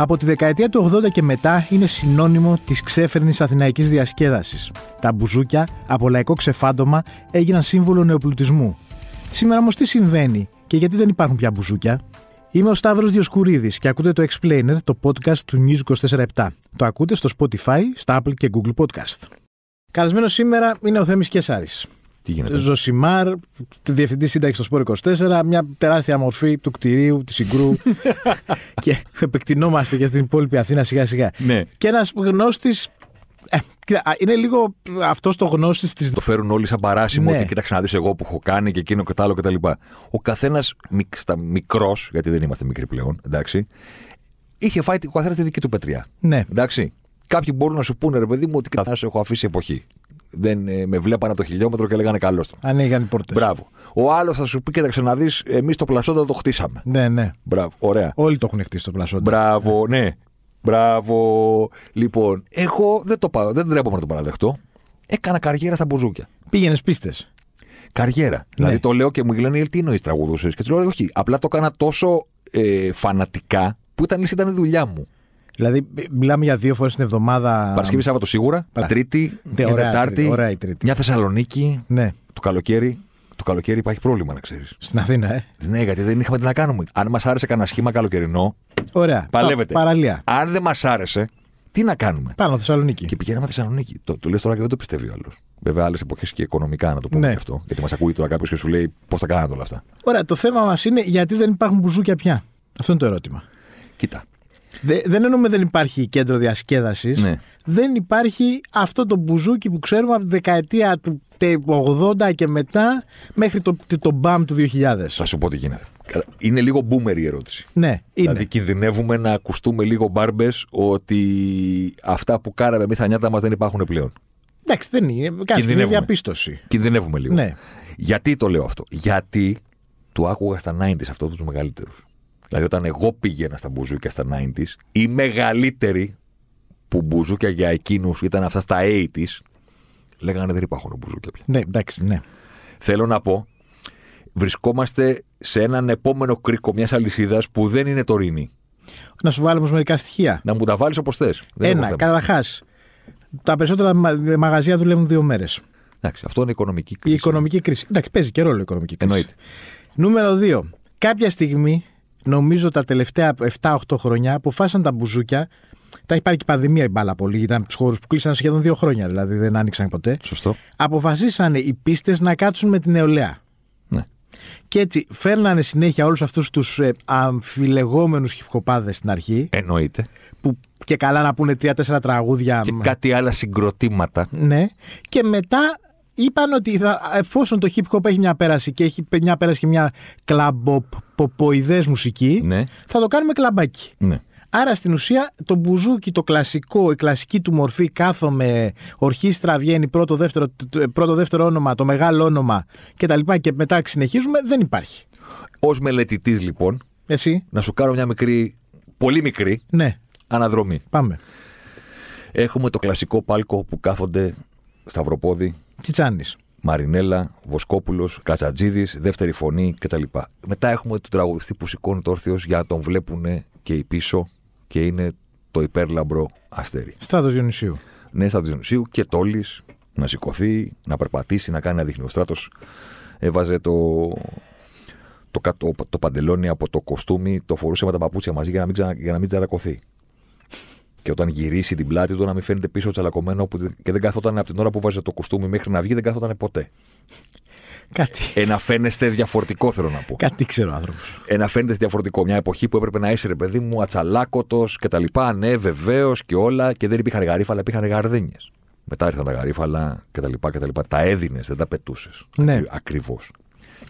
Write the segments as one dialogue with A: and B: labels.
A: Από τη δεκαετία του 80 και μετά είναι συνώνυμο της ξέφερνης αθηναϊκής διασκέδασης. Τα μπουζούκια από λαϊκό ξεφάντωμα έγιναν σύμβολο νεοπλουτισμού. Σήμερα όμως τι συμβαίνει και γιατί δεν υπάρχουν πια μπουζούκια. Είμαι ο Σταύρος Διοσκουρίδης και ακούτε το Explainer, το podcast του News 24-7. Το ακούτε στο Spotify, στα Apple και Google Podcast. Καλεσμένος σήμερα είναι ο Θέμης Κεσάρης.
B: Τι γίνεται.
A: Ζωσιμάρ, διευθυντής σύνταξης στο Sport 24, μια τεράστια μορφή του κτηρίου, της συγκρού. και επεκτηνόμαστε και στην υπόλοιπη Αθήνα σιγά-σιγά.
B: Ναι.
A: Και ένας γνώστης. Ε, κοίτα, α, είναι λίγο αυτός το γνώστης της.
B: Το φέρουν όλοι σαν παράσημο
A: Ναι.
B: ότι κοίταξε να δεις εγώ που έχω κάνει και εκείνο και τα άλλο κτλ. Ο καθένας μικρός, γιατί δεν είμαστε μικροί πλέον, εντάξει, είχε φάει ο καθένας τη δική του πετριά.
A: Ναι.
B: Εντάξει. Κάποιοι μπορούν να σου πούνε ρε παιδί μου ότι θα σε έχω αφήσει εποχή. Δεν ε, με βλέπανε το χιλιόμετρο και λέγανε καλό του.
A: Ανοίγαν οι πόρτες.
B: Μπράβο. Ο άλλος θα σου πει κοίταξε να δεις, εμείς το πλασόντα το χτίσαμε.
A: Ναι, ναι.
B: Μπράβο. Ωραία.
A: Όλοι το έχουν χτίσει το πλασόντα.
B: Μπράβο, ναι. Μπράβο. Λοιπόν, εγώ δεν το πάω, δεν τρέπομαι να το παραδεχτώ. Έκανα καριέρα στα μπουζούκια.
A: Πήγαινες πίστες.
B: Καριέρα.
A: Ναι.
B: Δηλαδή το λέω και μου λένε, «Ε, τι εννοείς τραγουδούσες. Και τους λέω, Όχι, απλά το έκανα τόσο ε, φανατικά που ήταν λύση, ήταν η δουλειά μου.
A: Δηλαδή, μιλάμε για δύο φορές την εβδομάδα.
B: Παρασκευή, Σάββατο σίγουρα.
A: Παρα-
B: Τρίτη,
A: Ναι,
B: μια
A: ωραία η
B: Τετάρτη.
A: Τρίτη, ωραία η Τρίτη.
B: Μια Θεσσαλονίκη.
A: Ναι,
B: Το καλοκαίρι. Το καλοκαίρι υπάρχει πρόβλημα, να ξέρεις.
A: στην Αθήνα, ε.
B: Ναι, γιατί δεν είχαμε τι να κάνουμε. Αν μας άρεσε κανένα σχήμα καλοκαιρινό,
A: Ωραία.
B: παλεύετε.
A: Πα- παραλία.
B: Αν δεν μας άρεσε, τι να κάνουμε.
A: Πάνω Θεσσαλονίκη.
B: Και πηγαίναμε Θεσσαλονίκη. Το, το λες τώρα και δεν το πιστεύει ο άλλος. Βέβαια, άλλες εποχές και οικονομικά να το πούμε
A: Ναι.
B: και αυτό. Γιατί μας ακούει τώρα κάποιος και σου λέει πώς τα κάνατε όλα αυτά.
A: Ωραία, το θέμα μας είναι γιατί δεν υπάρχουν μπουζούκια πια. Αυτό είναι το ερώτημα.
B: Κοίτα.
A: Δε- δεν εννοούμε δεν υπάρχει κέντρο διασκέδασης.
B: Ναι.
A: Δεν υπάρχει αυτό το μπουζούκι που ξέρουμε από τη δεκαετία του τε- 80 και μετά μέχρι το, το, το μπαμ του 2000.
B: Θα σου πω τι γίνεται. Κατα- Είναι λίγο boomer η ερώτηση.
A: Ναι, είναι.
B: Δηλαδή, κινδυνεύουμε να ακουστούμε λίγο μπάρμπες ότι αυτά που κάραμε εμεί τα νιάτα μας δεν υπάρχουν πλέον.
A: Εντάξει, δεν είναι. Κάτσε, είναι
B: Κινδυνεύουμε.
A: διαπίστωση.
B: Κινδυνεύουμε λίγο.
A: Ναι.
B: Γιατί το λέω αυτό. Γιατί το άκουγα στα 90s αυτό από τους μεγαλύτερους. Δηλαδή, όταν εγώ πήγαινα στα μπουζούκια στα 90s, οι μεγαλύτεροι που μπουζούκια για εκείνους ήταν αυτά στα 80s, λέγανε δεν υπάρχουν μπουζούκια πια.
A: Ναι, εντάξει, ναι.
B: Θέλω να πω, βρισκόμαστε σε έναν επόμενο κρίκο μιας αλυσίδας που δεν είναι τωρινή.
A: Να σου βάλω όμως μερικά στοιχεία.
B: Να μου τα βάλεις όπως θες.
A: Ένα, καταρχάς. Τα περισσότερα μα- μαγαζιά δουλεύουν δύο μέρες.
B: Εντάξει, αυτό είναι οικονομική
A: Η
B: κρίση.
A: οικονομική κρίση. Εντάξει, παίζει και ρόλο η οικονομική κρίση.
B: Εννοείται.
A: Νούμερο 2. Κάποια στιγμή, νομίζω τα τελευταία 7-8 χρόνια, αποφάσισαν τα μπουζούκια. Τα έχει πάρει και η πανδημία η μπάλα πολύ. Ήταν από τους χώρους που κλείσαν σχεδόν δύο χρόνια, δηλαδή δεν άνοιξαν ποτέ.
B: Σωστό.
A: Αποφασίσανε οι πίστες να κάτσουν με την νεολαία.
B: Ναι.
A: Και έτσι φέρνανε συνέχεια όλους αυτούς τους ε, αμφιλεγόμενους χυπχοπάδε στην αρχή,
B: Εννοείται.
A: που και καλά να πούνε τρία-τέσσερα τραγούδια.
B: Και κάτι άλλα συγκροτήματα.
A: Ναι. Και μετά είπαν ότι θα, εφόσον το hip hop έχει μια πέραση και έχει μια πέραση και μια κλαμποποειδέ μουσική,
B: Ναι.
A: θα το κάνουμε κλαμπάκι.
B: Ναι.
A: Άρα στην ουσία το μπουζούκι, το κλασικό, η κλασική του μορφή, κάθομαι, ορχήστρα βγαίνει πρώτο, δεύτερο, πρώτο, δεύτερο όνομα, το μεγάλο όνομα κτλ. Και μετά συνεχίζουμε, δεν υπάρχει.
B: Ως μελετητής, λοιπόν,
A: Εσύ,
B: να σου κάνω μια μικρή, πολύ μικρή
A: ναι,
B: αναδρομή.
A: πάμε.
B: Έχουμε το κλασικό πάλκο που κάθονται Σταυροπόδη,
A: Τσιτσάνης.
B: Μαρινέλα, Βοσκόπουλος, Κατσατζίδη, δεύτερη φωνή κτλ. Μετά έχουμε τον τραγουδιστή που σηκώνει το όρθιο για να τον βλέπουν και οι πίσω και είναι το υπέρλαμπρο αστέρι.
A: Στράτος Διονυσίου.
B: Ναι, στα Δινουσίου και τόλης να σηκωθεί, να περπατήσει, να κάνει αδείχνει. Ο στράτος έβαζε το, το, κα- το, το παντελόνι από το κοστούμι, το φορούσε με τα παπούτσια μαζί για να μην, ξα, για να μην τσαλακωθεί. Και όταν γυρίσει την πλάτη του, να μην φαίνεται πίσω τσαλακωμένο που, δεν- και δεν καθόταν από την ώρα που βάζε το κοστούμι μέχρι να βγει, δεν καθόταν ποτέ.
A: Κάτι,
B: Ε, να φαίνεστε διαφορετικό, θέλω να πω.
A: κάτι ξέρω άνθρωπος.
B: Ε, να φαίνεται διαφορετικό. Μια εποχή που έπρεπε να είσαι ρε παιδί μου ατσαλάκωτος και τα λοιπά. Ναι, βεβαίως και όλα. Και δεν υπήρχαν γαρίφαλα, υπήρχαν γαρδίνιε. Μετά ήρθαν τα γαρίφαλα και τα λοιπά. Και τα, λοιπά. τα έδινες, δεν τα πετούσες.
A: Ναι.
B: Ακριβώ.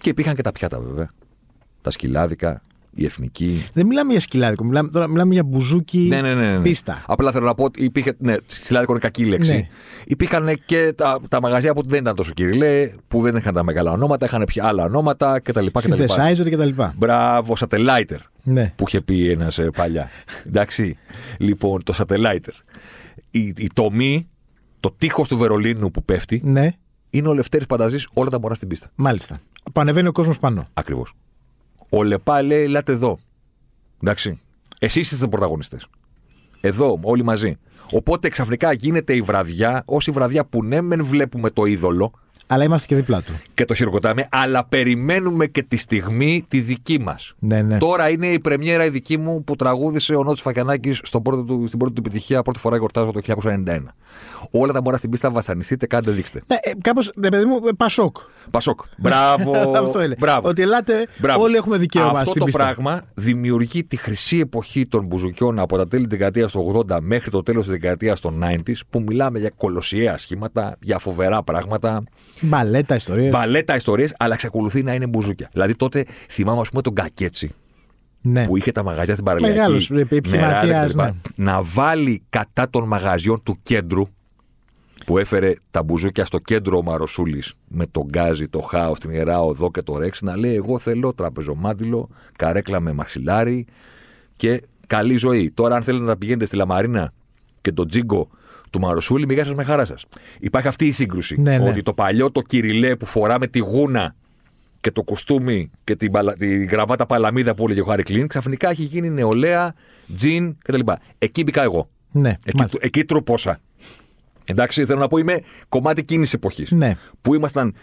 B: Και υπήρχαν και τα πιάτα βέβαια. Τα σκυλάδικα, η εθνική.
A: Δεν μιλάμε για σκυλάδικο, μιλάμε, τώρα μιλάμε για μπουζούκι
B: Ναι, ναι, ναι, ναι.
A: πίστα.
B: Απλά θέλω να πω ότι υπήρχε. Ναι, σκυλάδικο είναι κακή λέξη.
A: Ναι.
B: Υπήρχαν και τα, τα μαγαζιά που δεν ήταν τόσο κυριλέ, που δεν είχαν τα μεγάλα ονόματα, είχαν πια άλλα ονόματα κτλ. κτλ.
A: Συνθεσάιζερ και τα λοιπά.
B: Μπράβο, Satelliter.
A: Ναι.
B: που είχε πει ένας παλιά. Εντάξει. Λοιπόν, το Satelliter. Η, η τομή, το τείχος του Βερολίνου που πέφτει,
A: Ναι.
B: είναι ο Λευτέρης Πανταζής όλα τα μωρά στην πίστα.
A: Μάλιστα. Πανεβαίνει ο κόσμος πάνω.
B: Ακριβώς. Ο Λεπά λέει: Ελάτε εδώ. Εντάξει. Εσείς είστε πρωταγωνιστές. Εδώ, όλοι μαζί. Οπότε ξαφνικά γίνεται η βραδιά, όση βραδιά που ναι, μεν βλέπουμε το είδωλο
A: Αλλά είμαστε και δίπλα του.
B: και το χειροκροτάμε, αλλά περιμένουμε και τη στιγμή τη δική μας.
A: Ναι, ναι.
B: Τώρα είναι η πρεμιέρα η δική μου που τραγούδησε ο Νότος Φακιανάκης στην πρώτη του επιτυχία. Πρώτη φορά γιορτάζω το 1991. Όλα τα μωρά στην πίστα, βασανιστείτε, κάντε, δείξτε.
A: Ναι, ε, Κάπως, ρε παιδί μου, ε, Πασόκ.
B: Πασόκ. Μπράβο.
A: Αυτό είναι.
B: Μπράβο.
A: Ότι ελάτε,
B: Μπράβο.
A: όλοι έχουμε δικαίωμα
B: Αυτό
A: στην
B: το
A: πίστα.
B: πράγμα δημιουργεί τη χρυσή εποχή των μπουζουκιών από τα τέλη της δεκαετίας του 80 μέχρι το τέλος της δεκαετίας των 90s που μιλάμε για κολοσιαία σχήματα, για φοβερά πράγματα,
A: Μπαλέτα, ιστορίες.
B: μπαλέτα ιστορίες, αλλά εξακολουθεί να είναι μπουζούκια. Δηλαδή τότε θυμάμαι, ας πούμε, τον Κακέτσι
A: Ναι.
B: που είχε τα μαγαζιά στην παραλιακή.
A: Μεγάλος, ε, επιχειρηματίας,
B: νερά κτλ.
A: ναι.
B: Να βάλει κατά των μαγαζιών του κέντρου που έφερε τα μπουζούκια στο κέντρο ο Μαροσούλης με τον Γκάζι, το Χάο, την Ιερά Οδό και το Ρέξ να λέει: Εγώ θέλω τραπεζομάντιλο, καρέκλα με μαξιλάρι και καλή ζωή. Τώρα, αν θέλετε να πηγαίνετε στη Λαμαρίνα και τον Τζίγκο του Μαροσούλη, μηγά σα με χαρά σας. Υπάρχει αυτή η σύγκρουση.
A: Ναι, ναι.
B: Ότι το παλιό το κυριλέ που φοράμε τη γούνα και το κουστούμι και την, παλα... τη γραβάτα παλαμίδα που έλεγε ο Χάρη Κλίν, ξαφνικά έχει γίνει νεολαία, τζιν κτλ. Εκεί μπήκα εγώ.
A: Ναι,
B: Εκεί,
A: μάλιστα.
B: εκεί τρουπώσα. Εντάξει, θέλω να πω, είμαι κομμάτι εκείνη εποχής.
A: Ναι.
B: Που ήμασταν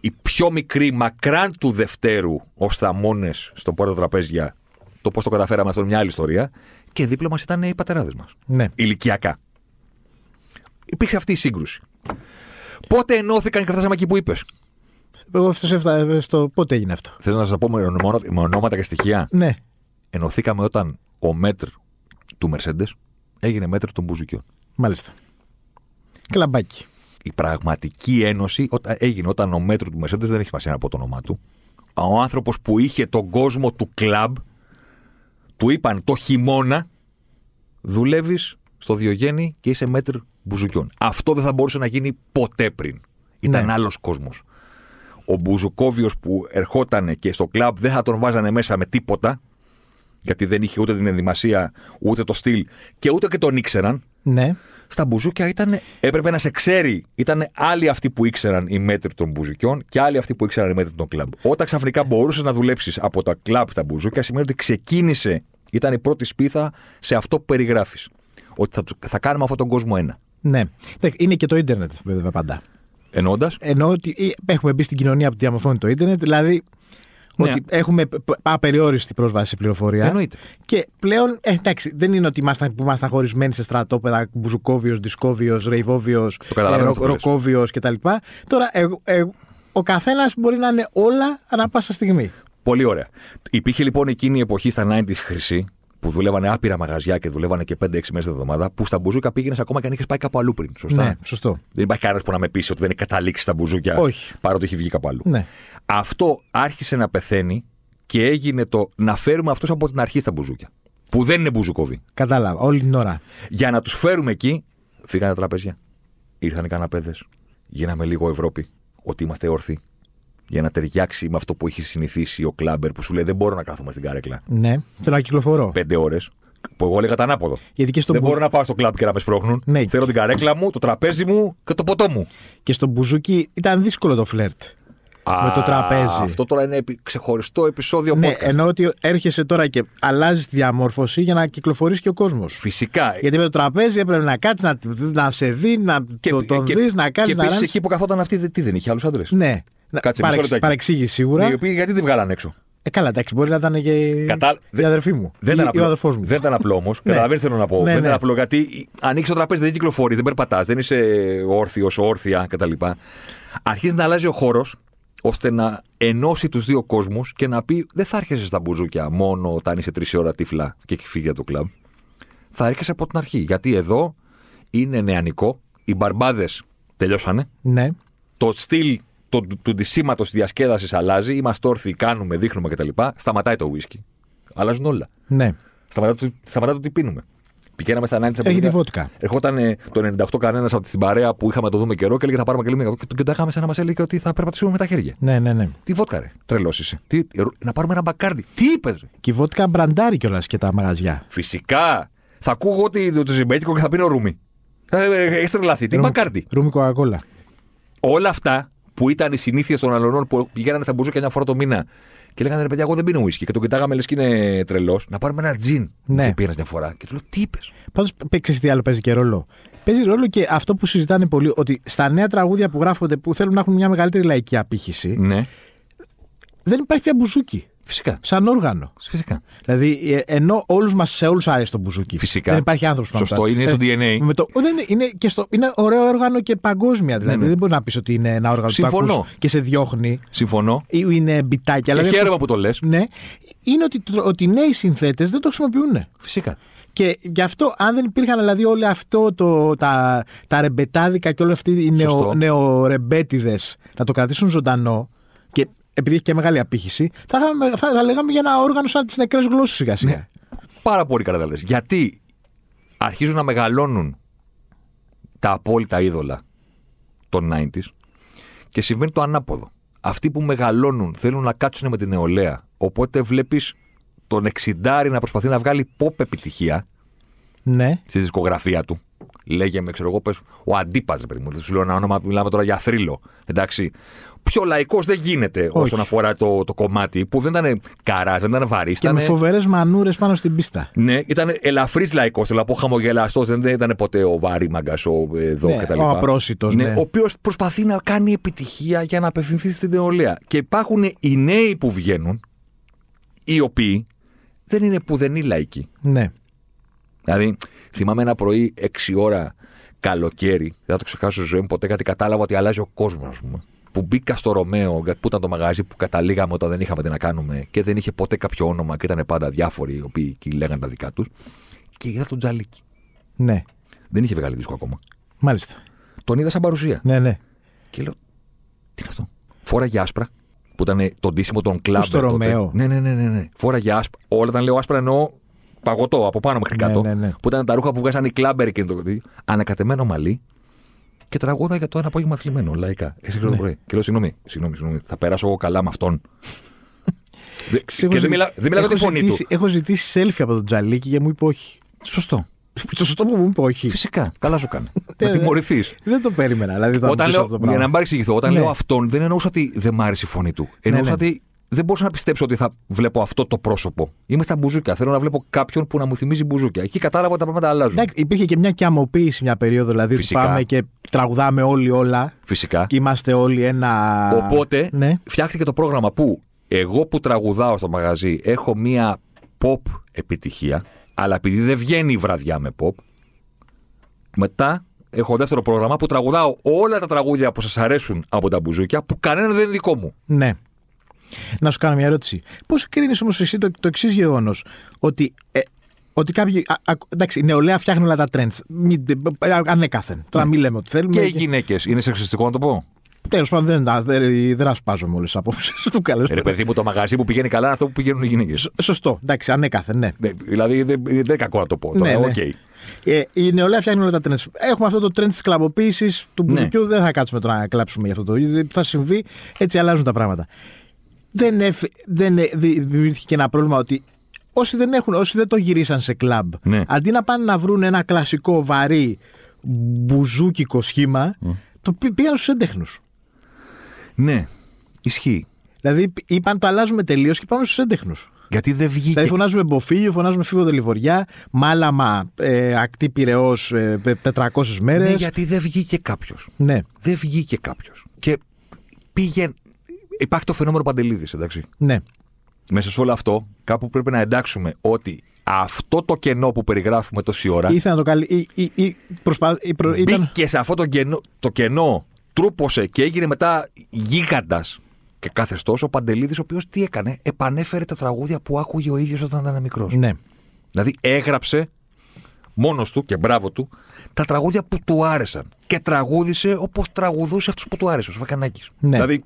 B: οι πιο μικροί, μακράν του Δευτέρου, ως θαμώνες στο πόρτα τραπέζια. Το πώς το καταφέραμε αυτό είναι μια άλλη ιστορία. Και δίπλα μας ήταν οι πατεράδες μας.
A: Ναι.
B: Ηλικιακά. Υπήρξε αυτή η σύγκρουση. Πότε ενώθηκαν και φτάσαμε εκεί που είπες.
A: Εγώ αυτό έφτασα στο πότε έγινε αυτό.
B: Θέλω να σας πω με ονομά- με ονόματα και στοιχεία.
A: Ναι.
B: Ενωθήκαμε όταν ο μέτρ του Μερσέντε έγινε μέτρ των Μπουζουκιών.
A: Μάλιστα. Κλαμπάκι.
B: η πραγματική ένωση όταν, έγινε όταν ο μέτρο του Μεσέντε δεν έχει σημασία να πω το όνομά του. Ο άνθρωπος που είχε τον κόσμο του κλαμπ, του είπαν το χειμώνα, δουλεύεις στο Διογέννη και είσαι μέτρ μπουζουκιών. Αυτό δεν θα μπορούσε να γίνει ποτέ πριν. Ήταν
A: Ναι.
B: άλλος άλλος κόσμος. Ο μπουζουκόβιος που ερχόταν και στο κλαμπ δεν θα τον βάζανε μέσα με τίποτα, γιατί δεν είχε ούτε την ενδυμασία, ούτε το στυλ και ούτε και τον ήξεραν
A: Ναι.
B: στα μπουζούκια ήταν, έπρεπε να σε ξέρει. Ήταν άλλοι αυτοί που ήξεραν οι μέτρη των μπουζουκιών και άλλοι αυτοί που ήξεραν οι μέτρη των κλαμπ. Όταν ξαφνικά μπορούσες να δουλέψεις από τα κλαμπ στα μπουζούκια, σημαίνει ότι ξεκίνησε, ήταν η πρώτη σπίθα σε αυτό που περιγράφεις. Ότι θα, τους- θα κάνουμε αυτόν τον κόσμο ένα.
A: Ναι. Εντάξει, Είναι και το ίντερνετ βέβαια παντά.
B: Ενώντα.
A: Εννοώ ότι ή- έχουμε μπει στην κοινωνία που διαμορφώνει το ίντερνετ, δηλαδή
B: Ναι.
A: ότι έχουμε π- π- απεριόριστη πρόσβαση σε πληροφορία.
B: Εννοείται.
A: Και πλέον, ε, εντάξει, δεν είναι ότι ήμασταν, που ήμασταν χωρισμένοι σε στρατόπεδα, μπουζουκόβιος, δισκόβιος, ρεϊβόβιος,
B: καταλαβαίνω αυτό που λες.
A: ροκόβιο ε, κτλ. Τώρα, ε, ε, ο καθένας μπορεί να είναι όλα ανά πάσα στιγμή.
B: Πολύ ωραία. Υπήρχε λοιπόν εκείνη η εποχή στα 90s χρυσή, που δουλεύανε άπειρα μαγαζιά και δουλεύανε και 5-6 μέρε την εβδομάδα, που στα μπουζούκα πήγαινες ακόμα και αν είχες πάει κάπου αλλού πριν. Σωστά.
A: Ναι, σωστό.
B: Δεν υπάρχει κανένας που να με πείσει ότι δεν έχει καταλήξει στα μπουζούκια.
A: Όχι.
B: Παρότι έχει βγει κάπου αλλού.
A: Ναι.
B: Αυτό άρχισε να πεθαίνει και έγινε το να φέρουμε αυτούς από την αρχή στα μπουζούκια. Που δεν είναι μπουζουκόβοι.
A: Κατάλαβα, όλη την ώρα.
B: Για να τους φέρουμε εκεί, φύγανε τα τραπέζια. Ήρθαν οι καναπέδες. Γίναμε λίγο Ευρώπη. Ότι είμαστε όρθιοι. Για να ταιριάξει με αυτό που έχει συνηθίσει ο κλάμπερ που σου λέει Δεν μπορώ να κάθομαι στην καρέκλα
A: Ναι, θέλω να κυκλοφορώ.
B: πέντε ώρες. Που εγώ έλεγα τα ανάποδο.
A: Γιατί και στο,
B: Δεν
A: μπου-
B: μπορώ να πάω στο κλαμπ και να με σπρώχνουν.
A: Ναι.
B: Θέλω την καρέκλα μου, το τραπέζι μου και το ποτό μου.
A: και στο μπουζούκι ήταν δύσκολο το φλερτ. με το
B: Α,
A: τραπέζι.
B: Αυτό τώρα είναι επι- ξεχωριστό επεισόδιο
A: Ναι,
B: podcast.
A: εννοώ ότι έρχεσαι τώρα και αλλάζεις τη διαμόρφωση για να κυκλοφορήσει και ο κόσμος.
B: Φυσικά.
A: Γιατί με το τραπέζι έπρεπε να κάτσεις, να, να σε δει, να το, τον δεις, να κάνει.
B: Και
A: να
B: επίσης
A: ράνεις.
B: εκεί που καθόταν αυτή δεν- τι δεν είχε άλλους άντρες.
A: Ναι.
B: Κάτσε, μισό λεπτάκι.
A: παρεξήγηση σίγουρα.
B: Οι οποίοι γιατί τη βγάλαν έξω.
A: Ε, καλά, εντάξει, μπορεί να ήταν και
B: Κατά-
A: η
B: δεν-
A: αδερφή μου.
B: Δεν
A: ή,
B: ήταν
A: ή ο
B: απλό,
A: αδερφός μου.
B: δεν ήταν απλό όμως. Καταλαβαίνετε τι θέλω να πω.
A: Ναι,
B: δεν
A: ναι.
B: ήταν απλό γιατί ανοίξει το τραπέζι, δεν κυκλοφορείς, δεν περπατάς, δεν είσαι όρθιος, όρθια κτλ. Αρχίζει να αλλάζει ο χώρος ώστε να ενώσει τους δύο κόσμους και να πει: Δεν θα έρχεσαι στα μπουζούκια μόνο όταν είσαι τρεις ώρα τύφλα και έχει φύγει από το κλαμπ. Θα έρχεσαι από την αρχή. Γιατί εδώ είναι νεανικό, οι μπαρμπάδες τελειώσανε,
A: Ναι.
B: το στυλ το, του, του ντυσίματος της διασκέδασης αλλάζει. Είμαστε όρθιοι, κάνουμε, δείχνουμε κτλ. Σταματάει το whisky. Αλλάζουν όλα.
A: ναι.
B: Σταματάει το, σταματάει το τι πίνουμε. Πηγαίναμε στα 90
A: Έρχεται η βότκα.
B: Ερχόταν ε, το 98 κανένας από την παρέα που είχαμε να το δούμε καιρό και έλεγε θα πάρουμε και λίγο και τον κοιτάγαμε σαν να μας έλεγε ότι θα περπατήσουμε με τα χέρια.
A: Ναι, ναι, ναι.
B: Τι βότκα ρε. Τρελός είσαι. Τι, ε, να πάρουμε ένα μπακάρντι. Τι είπες, ρε.
A: Και η βότκα μπραντάρει κιόλας και τα μαγαζιά.
B: Φυσικά. Θα ακούγω ε, ότι το ζυμπέτικο και θα πίνω ρούμι. Ε, ε, Έχεις τρελαθεί. Τι μπακάρντι.
A: Ρούμι κοκακόλα.
B: Όλα αυτά που ήταν οι συνήθειες των αλωνών που πηγαίνανε στα μπουζούκια μια φορά το μήνα και λέγανε ρε παιδιά, εγώ δεν πίνω ουίσκι. Και τον κοιτάγαμε λες και είναι τρελός. Να πάρουμε ένα τζιν.
A: Ναι.
B: Και πήρα μια φορά. Και του λέω, τι είπες.
A: Πάντως, ξέρεις τι άλλο παίζει και ρόλο. Παίζει ρόλο και αυτό που συζητάνε πολύ, ότι στα νέα τραγούδια που γράφονται που θέλουν να έχουν μια μεγαλύτερη λαϊκή απήχηση,
B: Ναι.
A: δεν υπάρχει πια μπουζούκι.
B: Φυσικά.
A: Σαν όργανο.
B: Φυσικά.
A: Δηλαδή, ε, ενώ όλους μας σε όλους άρεσε το μπουζούκι.
B: Φυσικά.
A: Δεν υπάρχει άνθρωπος που να
B: Σωστό,
A: μην
B: είναι
A: τα-
B: στο
A: Ε,
B: DNA.
A: με το, δεν είναι- είναι, και στο, είναι ωραίο όργανο και παγκόσμια. Δηλαδή,
B: Ναι, ναι.
A: δεν μπορείς να πεις ότι είναι ένα όργανο που
B: Συμφωνώ.
A: το ακούς και σε διώχνει
B: Συμφωνώ.
A: ή είναι μπιτάκι.
B: Και
A: αλλά δεν-
B: χαίρομαι που το λες.
A: Ναι, είναι ότι, το- ότι ναι, οι νέοι συνθέτες δεν το χρησιμοποιούν.
B: Φυσικά.
A: Και γι' αυτό, αν δεν υπήρχαν δηλαδή όλο αυτό το, τα, τα ρεμπετάδικα και όλοι αυτοί οι νεο,
B: Σωστό.
A: νεορεμπέτιδες να το κρατήσουν ζωντανό και επειδή έχει και μεγάλη απήχηση, θα, είχαμε- θα, θα λέγαμε για ένα όργανο σαν τις νεκρές γλώσσες σιγά σιγά.
B: Ναι. Πάρα πολύ καλά τα λες. Γιατί αρχίζουν να μεγαλώνουν τα απόλυτα είδωλα των 90s και συμβαίνει το ανάποδο. Αυτοί που μεγαλώνουν θέλουν να κάτσουν με την νεολαία. Οπότε βλέπεις τον 60 να προσπαθεί να βγάλει pop επιτυχία
A: Ναι.
B: στη δισκογραφία του. Λέγε με, ξέρω εγώ, πες, ο αντίπα, ρε παιδί μου. Σου λέω ένα όνομα που μιλάμε τώρα για θρύλο. Εντάξει. Πιο λαϊκός δεν γίνεται όσον αφορά το, το κομμάτι που δεν ήταν καράς, δεν ήταν βαρύς.
A: Και με φοβερές μανούρες πάνω στην πίστα.
B: Ναι, ήταν ελαφρύς λαϊκός, θέλω να πω χαμογελαστός. Δεν ήταν ποτέ ο βαρύ μαγκα, ο ε, εδώ
A: Ναι,
B: κτλ.
A: ο απρόσιτος, ναι.
B: Ο οποίος προσπαθεί να κάνει επιτυχία για να απευθυνθεί στην νεολαία. Και υπάρχουν οι νέοι που βγαίνουν, οι οποίοι δεν είναι πουδενή λαϊκοί.
A: Ναι.
B: Δηλαδή, θυμάμαι ένα πρωί 6 ώρα καλοκαίρι, δεν θα το ξεχάσω στη ζωή μου ποτέ, γιατί κατάλαβα ότι αλλάζει ο κόσμος, ας πούμε. Που μπήκα στο Ρωμαίο, που ήταν το μαγαζί που καταλήγαμε όταν δεν είχαμε τι να κάνουμε και δεν είχε ποτέ κάποιο όνομα και ήταν πάντα διάφοροι οι οποίοι εκεί λέγανε τα δικά τους. Και είδα τον Τζαλίκη.
A: Ναι.
B: Δεν είχε βγάλει δίσκο ακόμα.
A: Μάλιστα.
B: Τον είδα σαν παρουσία.
A: Ναι, ναι.
B: Και λέω, τι είναι αυτό. Φόραγε άσπρα, που ήταν το ντύσιμο των κλαμπ.
A: στο Ρωμαίο.
B: Ναι, ναι, ναι, ναι, ναι. Φόραγε άσπρα. Όλα όταν λέω άσπρα εννοώ παγωτό από πάνω μέχρι
A: Ναι,
B: κάτω.
A: ναι, ναι.
B: Που ήταν τα ρούχα που βγάζανε οι κλάμπερ και το Ανακατεμένο μαλλί και τραγούδα για το ένα απόγευμα θλιμμένο, λαϊκά. Εσύ
A: Ναι.
B: ξέρω το πρωί. Και λέω, συγγνώμη, συγγνώμη, συγγνώμη, θα περάσω εγώ καλά με αυτόν. Δε- και
A: Έχω ζη-
B: δεν μιλάω δεν μιλάω για
A: έχω
B: τη φωνή
A: ζητήσει-
B: του.
A: Έχω ζητήσει selfie από τον Τζαλίκη και μου είπε όχι.
B: Σωστό.
A: Στο σωστό που μου είπε όχι.
B: Φυσικά. Καλά σου κάνει.
A: Ε,
B: Να
A: ε.
B: τιμωρηθείς.
A: Δεν το περίμενα. Δηλαδή, το να
B: Όταν
A: μου πεις
B: λέω,
A: αυτό το
B: για να
A: πράγμα.
B: μην παρεξηγηθώ, όταν
A: Ναι.
B: λέω αυτόν δεν εννοούσα ότι δεν μ' άρεσε η φωνή του. Εννοούσα
A: ναι.
B: ότι δεν μπορούσα να πιστέψω ότι θα βλέπω αυτό το πρόσωπο. Είμαι στα μπουζούκια. Θέλω να βλέπω κάποιον που να μου θυμίζει μπουζούκια. Εκεί κατάλαβα ότι τα πράγματα αλλάζουν.
A: Εντάξει, υπήρχε και μια κιαμοποίηση μια περίοδο, δηλαδή ότι
B: Φυσικά.
A: πάμε και τραγουδάμε όλοι όλα
B: Φυσικά.
A: και είμαστε όλοι ένα.
B: Οπότε
A: Ναι.
B: φτιάχτηκε το πρόγραμμα που εγώ που τραγουδάω στο μαγαζί έχω μία pop επιτυχία, αλλά επειδή δεν βγαίνει η βραδιά με pop, μετά έχω δεύτερο πρόγραμμα που τραγουδάω όλα τα τραγούδια που σας αρέσουν από τα μπουζούκια που κανένα δεν είναι δικό μου.
A: ναι. Να σου κάνω μια ερώτηση. Πώς κρίνεις όμως εσύ το, το εξής γεγονός, ότι, ε, ότι κάποιοι. α, α, εντάξει, η νεολαία φτιάχνει όλα τα trends. Μην, ε, α, ανέκαθεν. Τώρα μην λέμε ότι θέλουμε.
B: Ναι. Και οι γυναίκες. Είναι σεξιστικό να το πω.
A: Τέλος πάντων, δεν, τα- δεν, δεν ασπάζομαι όλες τις απόψεις του καλέ.
B: Ε, Ρε παιδί μου, το μαγαζί που πηγαίνει καλά είναι αυτό που πηγαίνουν οι γυναίκες.
A: Σωστό, εντάξει, ανέκαθεν, ναι.
B: Δηλαδή δεν, δεν είναι κακό να το πω. Τώρα,
A: Ναι, ναι.
B: οκ.
A: Ε, η νεολαία φτιάχνει όλα τα trends. Έχουμε αυτό το trend της κλαμποποίηση του
B: Ναι.
A: μπουζουκιού. Δεν θα κάτσουμε τώρα να κλάψουμε για αυτό το ίδιο. Θα συμβεί. Έτσι αλλάζουν τα πράγματα. Δεν, έφε, δεν ε, δη- δημιουργήθηκε και ένα πρόβλημα ότι όσοι δεν, έχουν, όσοι δεν το γυρίσαν σε κλαμπ,
B: Ναι.
A: αντί να πάνε να βρουν ένα κλασικό βαρύ μπουζούκικο σχήμα, το πή- πήγαν στους έντεχνους.
B: Ναι, ισχύει.
A: Δηλαδή είπαν το αλλάζουμε τελείως και πάμε στους έντεχνους.
B: Γιατί δεν βγήκε.
A: Δηλαδή φωνάζουμε Μποφίλιο, φωνάζουμε Φίβο Δελιβοριά, Μάλαμα, ε, Ακτή ε, Πυραιό, 400 μέρες.
B: Ναι, γιατί δεν βγήκε κάποιος.
A: ναι.
B: Δεν βγήκε κάποιος. Και πήγε. Υπάρχει το φαινόμενο Παντελίδη, εντάξει.
A: Ναι.
B: Μέσα σε όλο αυτό, κάπου πρέπει να εντάξουμε ότι αυτό το κενό που περιγράφουμε τόση ώρα
A: Ήθελε να το κάνει. Ή, ή, ή, προσπα... ή προ... ήταν...
B: μπήκε σε αυτό το κενό, το κενό, τρούποσε και έγινε μετά γίγαντας και καθεστώς ο Παντελίδη, ο οποίος τι έκανε, επανέφερε τα τραγούδια που άκουγε ο ίδιος όταν ήταν μικρός.
A: Ναι.
B: Δηλαδή έγραψε μόνος του και μπράβο του τα τραγούδια που του άρεσαν. Και τραγούδισε όπως τραγουδούσε αυτού που του άρεσαν, ο Βακανάκη.
A: Ναι.
B: Δηλαδή,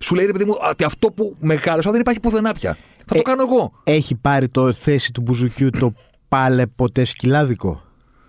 B: σου λέει ρε παιδί μου ότι αυτό που μεγάλωσα δεν υπάρχει πουθενά πια. Θα
A: Ε,
B: το κάνω εγώ.
A: Έχει πάρει το θέση του Μπουζουκιού το πάλε ποτέ σκυλάδικο.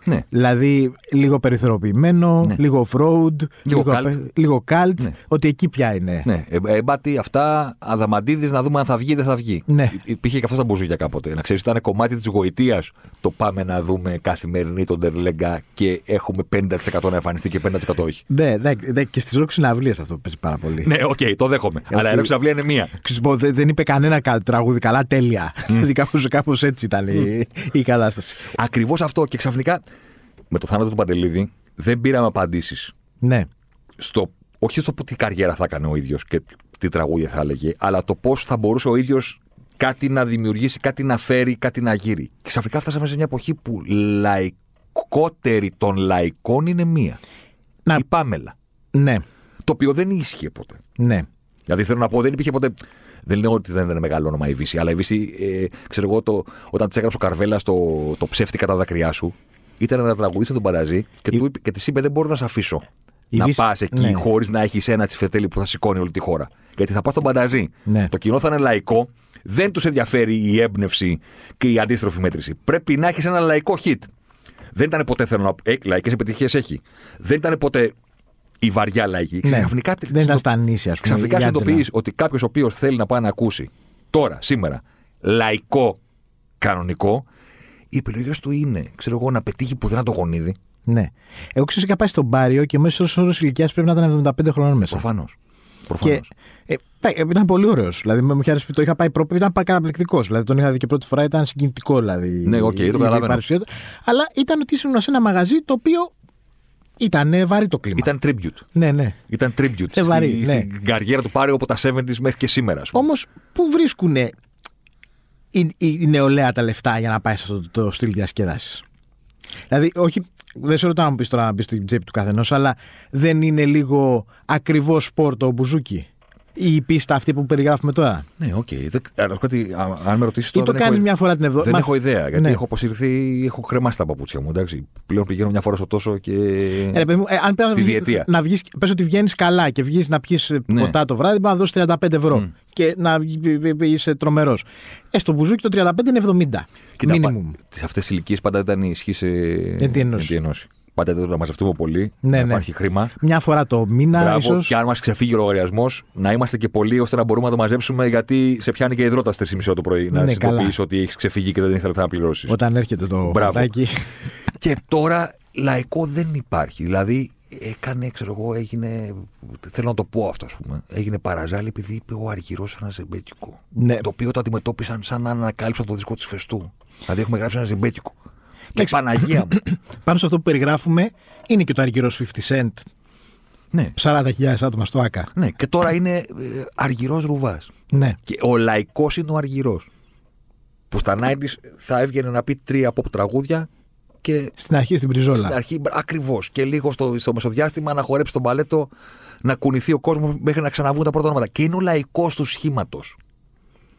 B: Ναι.
A: Δηλαδή λίγο περιθωριοποιημένο,
B: Ναι.
A: λίγο off-road,
B: cult.
A: απε- λίγο cult,
B: Ναι.
A: ότι εκεί πια είναι.
B: Ναι, ε, εμπάτη αυτά, αδαμαντίδης να δούμε αν θα βγει ή δεν θα βγει.
A: Ναι.
B: Υ- Υπήρχε και αυτός στα μπουζούκια κάποτε. Να ξέρεις, ήταν κομμάτι της γοητείας το πάμε να δούμε καθημερινή τον Τερλέγκα και έχουμε 50% να εμφανιστεί και 50% όχι.
A: Ναι, ναι, ναι, και στις ροκ συναυλίε αυτό παίζει πάρα πολύ.
B: Ναι, οκ, το δέχομαι. Αλλά η αεροξαυλία είναι μία.
A: Ξέρεις, πω, δε- δεν είπε κανένα κα- τραγούδι καλά, τέλεια. Δηλαδή κάπως, κάπως έτσι ήταν η, η κατάσταση.
B: Ακριβώς αυτό και ξαφνικά με το θάνατο του Παντελίδη δεν πήραμε απαντήσεις.
A: Ναι.
B: στο, όχι στο που τι καριέρα θα έκανε ο ίδιος και τι τραγούδια θα έλεγε, αλλά το πώς θα μπορούσε ο ίδιος κάτι να δημιουργήσει, κάτι να φέρει, κάτι να γύρει. Και ξαφνικά φτάσαμε σε μια εποχή που λαϊκότερη των λαϊκών είναι μία.
A: Να-
B: Η Πάμελα.
A: Ναι,
B: Το οποίο δεν ίσχυε ποτέ.
A: ναι.
B: Δηλαδή θέλω να πω, δεν υπήρχε ποτέ. Δεν λέω ότι δεν ήταν μεγάλο όνομα η Βύση, αλλά η Βύση, ε, ξέρω εγώ, το, όταν της έγραψε ο Καρβέλα το, το ψεύτηκα τα δάκρυά σου, ήταν να τραγουδίσει τον Παραζή και, του είπε- και της είπε: Δεν μπορώ να σε αφήσω
A: Η
B: να
A: Βύση-
B: πας εκεί
A: ναι.
B: χωρίς να έχεις ένα τσιφετέλι που θα σηκώνει όλη τη χώρα. Γιατί θα πας στον Πανταζή.
A: Ναι.
B: Το κοινό θα είναι λαϊκό. Δεν τους ενδιαφέρει η έμπνευση και η αντίστροφη μέτρηση. Πρέπει να έχεις ένα λαϊκό hit. Δεν ήταν ποτέ θέλω να. Ε, Λαϊκές επιτυχίες έχει. Δεν ήταν ποτέ η βαριά λαϊκή.
A: ναι.
B: Ξαφνικά
A: δεν ήταν στα νήσια, ας πούμε.
B: Ξαφνικά
A: Ε, η Άτζελα.
B: συνειδητοποιείς ότι κάποιος ο οποίος θέλει να πάει να ακούσει τώρα, σήμερα, λαϊκό, κανονικό, οι επιλογές του είναι, ξέρω εγώ, να πετύχει πουθενά το γονίδι.
A: Ναι. Εγώ ξέρω είχα πάει στον Πάριο και ο μέσος όρος ηλικίας πρέπει να ήταν 75 χρονών μέσα.
B: Προφανώς.
A: Και, ε, τα- ε, ήταν πολύ ωραίος. Δηλαδή, με μου είχε αρέσει που το είχα πάει πρώτο. Ήταν καταπληκτικός. Δηλαδή, τον είχα δει και πρώτη φορά, ήταν συγκινητικό. Δηλαδή,
B: Ναι, οκ, το
A: η- η
B: καταλαβαίνω.
A: παρουσία του. Αλλά ήταν ότι ήσουν σε ένα μαγαζί το οποίο ήταν βαρύ το κλίμα.
B: Ήταν tribute.
A: Ναι, ναι.
B: Ήταν tribute στη-
A: βαρύ, ναι.
B: στην καριέρα του Πάριου από τα 70s μέχρι και σήμερα. ας πούμε.
A: Όμως, πού βρίσκουν η, η, η νεολαία τα λεφτά για να πάει σε αυτό το, το στυλ διασκέδασης. Δηλαδή, όχι, δεν σε ρωτάω να μου πεις τώρα να μπεις στην τσέπη του καθενός, αλλά δεν είναι λίγο ακριβώς σπορ το μπουζούκι ή η πίστα αυτή που περιγράφουμε τώρα.
B: Ναι, οκ. Δεν- αλλά να σου πω κάτι, α- Αν με ρωτήσεις
A: Ή
B: τώρα.
A: το
B: δεν έχω
A: κάνει
B: ιδέα.
A: μια φορά την εβδομάδα.
B: Δεν έχω ιδέα, γιατί
A: Ναι.
B: έχω αποσυρθεί, έχω κρεμάσει τα παπούτσια μου. Εντάξει. Πλέον πηγαίνω μια φορά στο τόσο και.
A: Ε, ρε παιδί μου, ε, αν πέρα
B: Τη
A: βγει-
B: διετία.
A: να βγεις, πες ότι βγαίνεις καλά και βγεις να πιεις ε,
B: Ναι.
A: ποτά το βράδυ, μπορείς να δώσεις 35 ευρώ και να ε, ε, είσαι τρομερός. Ε, στο μπουζούκι το 35 είναι 70. Minimum.
B: Τις αυτές ηλικίες πάντα ήταν η ισχύ σε.
A: Εν τη ενώση.
B: εν τη ενώση. Πάντα ήταν να μαζευτούμε πολύ,
A: Ναι,
B: να
A: ναι.
B: υπάρχει χρήμα.
A: Μια φορά το μήνα,
B: Μπράβο,
A: ίσως.
B: και αν μας ξεφύγει ο λογαριασμός, να είμαστε και πολλοί ώστε να μπορούμε να το μαζέψουμε, γιατί σε πιάνει και υδρότα στι 3.30 το πρωί.
A: Ναι,
B: να συνειδητοποιήσει ότι έχεις ξεφύγει και δεν έχει λεφτά να πληρώσεις.
A: Όταν έρχεται το
B: Μπράβο.
A: χαρτάκι.
B: Και τώρα λαϊκό δεν υπάρχει. Δηλαδή, έκανε, ξέρω εγώ, έγινε. Θέλω να το πω αυτό, ας πούμε. Έγινε παραζάλι επειδή είπε ο Αργυρός ένα ζεμπέτικο.
A: Ναι.
B: Το οποίο το αντιμετώπισαν σαν να ανακάλυψαν το δίσκο της Φεστού. Δηλαδή, έχουμε γράψει ένα ζεμπέτικο. Και
A: Εντάξει.
B: Παναγία μου.
A: Πάνω σε αυτό που περιγράφουμε είναι και το αργυρός 50 cent.
B: ναι.
A: 40.000 άτομα στο ΆΚΑ.
B: ναι. Και τώρα είναι αργυρός ρουβάς.
A: Ναι.
B: Και ο λαϊκός είναι ο αργυρός. Που
A: Ε.
B: στα 90 θα έβγαινε να πει τρία pop τραγούδια και
A: Στην αρχή στην Πριζόλα.
B: Στην αρχή, ακριβώς. Και λίγο στο, στο μεσοδιάστημα να χορέψει τον παλέτο, να κουνηθεί ο κόσμος μέχρι να ξαναβούν τα πρώτα όνοματα. Και είναι ο λαϊκός του σχήματος.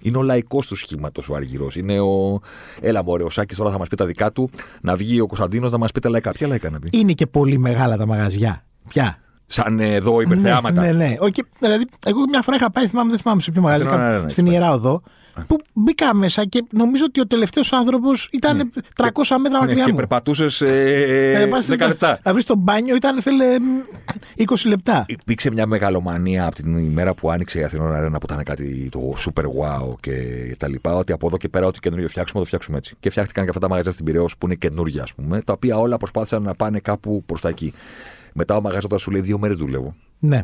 B: Είναι ο λαϊκό του σχήματος ο Αργυρός. Είναι ο. Έλα, μωρέ, ο Σάκης τώρα θα μας πει τα δικά του. Να βγει ο Κωνσταντίνος να μας πει τα λαϊκά. Ποια λαϊκά να πει.
A: Είναι και πολύ μεγάλα τα μαγαζιά. Πια.
B: Σαν ε, εδώ υπερθεάματα.
A: Ναι, ναι. ναι. Οκ, δηλαδή, εγώ μια φορά είχα πάει, θυμάμαι, δεν θυμάμαι σε ποιο μαγαζί,
B: Ναι, ναι, ναι,
A: κάπου
B: ναι,
A: στην
B: ναι.
A: Ιερά Οδό, που μπήκα μέσα και νομίζω ότι ο τελευταίος άνθρωπος ήταν 300 μέτρα
B: Ναι,
A: μακριά
B: και
A: μου.
B: περπατούσες
A: Ε,
B: ε,
A: πας
B: 10
A: να-
B: λεπτά. Ε,
A: Να βρεις το μπάνιο, ήταν θέλε μ, 20 λεπτά.
B: Υπήρξε μια μεγαλομανία από την ημέρα που άνοιξε η Αθηνών Αρένα που ήταν κάτι το super wow και τα λοιπά. Ότι από εδώ και πέρα, ό,τι καινούριο φτιάξουμε, θα το φτιάξουμε έτσι. Και φτιάχτηκαν και αυτά τα μαγαζιά στην Πυραιός που είναι καινούργια, ας πούμε, τα οποία όλα προσπάθησαν να πάνε κάπου προς τα εκεί. Μετά ο μαγαζότα σου λέει: Δύο μέρες δουλεύω.
A: Ναι,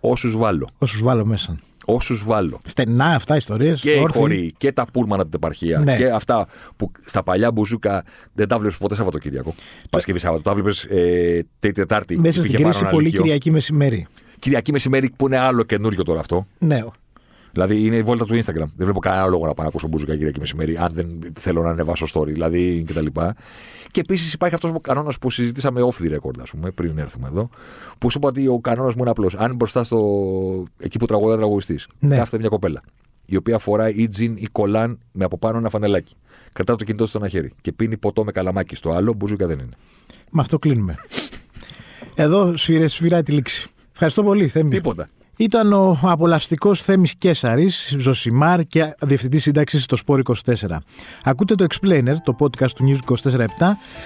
B: Όσους βάλω.
A: όσους βάλω μέσα.
B: Όσους βάλω.
A: Στενά αυτά ιστορίες.
B: Και οι χωροί και τα πούρμανα από την επαρχία
A: Ναι.
B: και αυτά που στα παλιά μπουζούκα δεν τα βλέπεις ποτέ Σαββατοκύριακο. Παρασκευή Σάββατο. Τα βλέπεις ε, Τρίτη, Τετάρτη.
A: Μέσα στην
B: υπήρχε πάνω
A: κρίση,
B: ένα
A: πολύ
B: λύκειο.
A: Κυριακή μεσημέρι.
B: Κυριακή μεσημέρι που είναι άλλο καινούριο τώρα αυτό.
A: Ναι.
B: Δηλαδή είναι η βόλτα του Instagram. Δεν βλέπω κανένα λόγο να πάω να ακούσω μπουζουκά Κυριακή μεσημέρι, αν δεν θέλω να ανεβάσω story, δηλαδή κτλ. Και, και επίσης υπάρχει αυτός ο κανόνας που συζητήσαμε off the record, ας πούμε, πριν έρθουμε εδώ, που σου είπα ότι ο κανόνας μου είναι απλός. Αν μπροστά στο. εκεί που τραγουδάει ο τραγουδιστής,
A: Ναι.
B: κάθεται μια κοπέλα, η οποία φοράει ή τζιν ή κολάν με από πάνω ένα φανελάκι. Κρατά το κινητό στο ένα χέρι και πίνει ποτό με καλαμάκι στο άλλο, μπουζούκα δεν είναι.
A: Με αυτό κλείνουμε. Εδώ σφυρε- σφυράει τη λήξη. Ευχαριστώ πολύ, Θέμη.
B: Τίποτα.
A: Ήταν ο απολαυστικός Θέμης Κέσαρης, Ζωσιμάρ και διευθυντής σύνταξης στο Σπόρ 24. Ακούτε το Explainer, το podcast του News 24-7,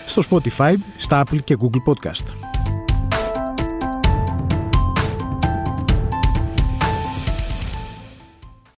A: στο Spotify, στα Apple και Google Podcast.